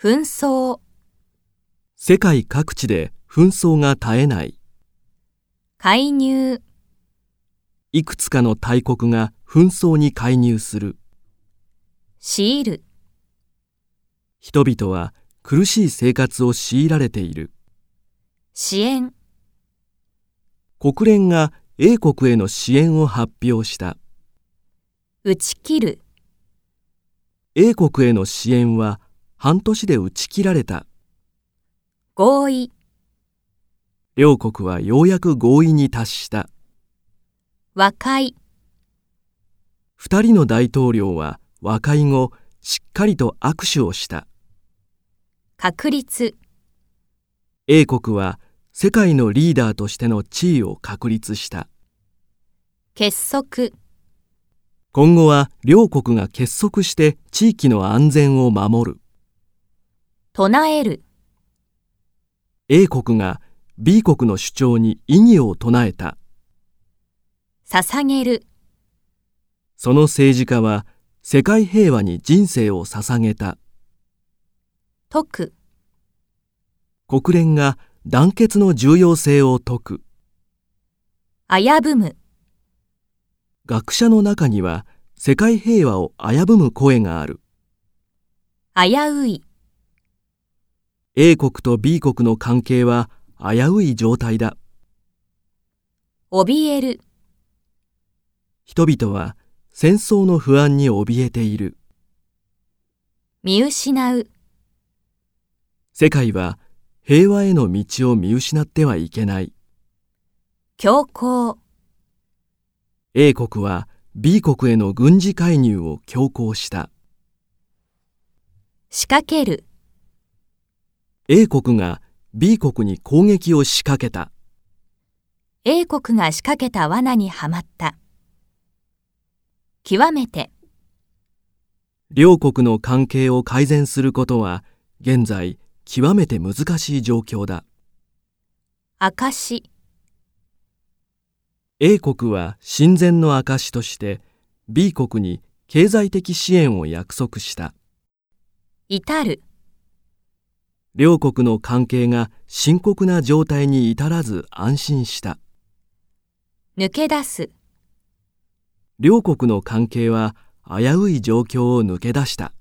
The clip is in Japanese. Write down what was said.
紛争、世界各地で紛争が絶えない。介入、いくつかの大国が紛争に介入する。強いる、人々は苦しい生活を強いられている。支援、国連が英国への支援を発表した。打ち切る、英国への支援は半年で打ち切られた。合意、両国はようやく合意に達した。和解、二人の大統領は和解後、しっかりと握手をした。確立、英国は世界のリーダーとしての地位を確立した。結束、今後は両国が結束して地域の安全を守る。唱える、 A 国が B 国の主張に異議を唱えた。捧げる、その政治家は世界平和に人生を捧げた。解く、国連が団結の重要性を説く。危ぶむ、学者の中には世界平和を危ぶむ声がある。危うい、 A 国と B 国の関係は危うい状態だ。怯える、人々は戦争の不安に怯えている。見失う、世界は平和への道を見失ってはいけない。強行、 A 国は B 国への軍事介入を強行した。仕掛ける、 A 国が B 国に攻撃を仕掛けた。英国が仕掛けた罠にはまった。極めて、両国の関係を改善することは現在極めて難しい状況だ。証、 A 国は親善の証として B 国に経済的支援を約束した。至る、両国の関係が深刻な状態に至らず安心した。抜け出す、両国の関係は危うい状況を抜け出した。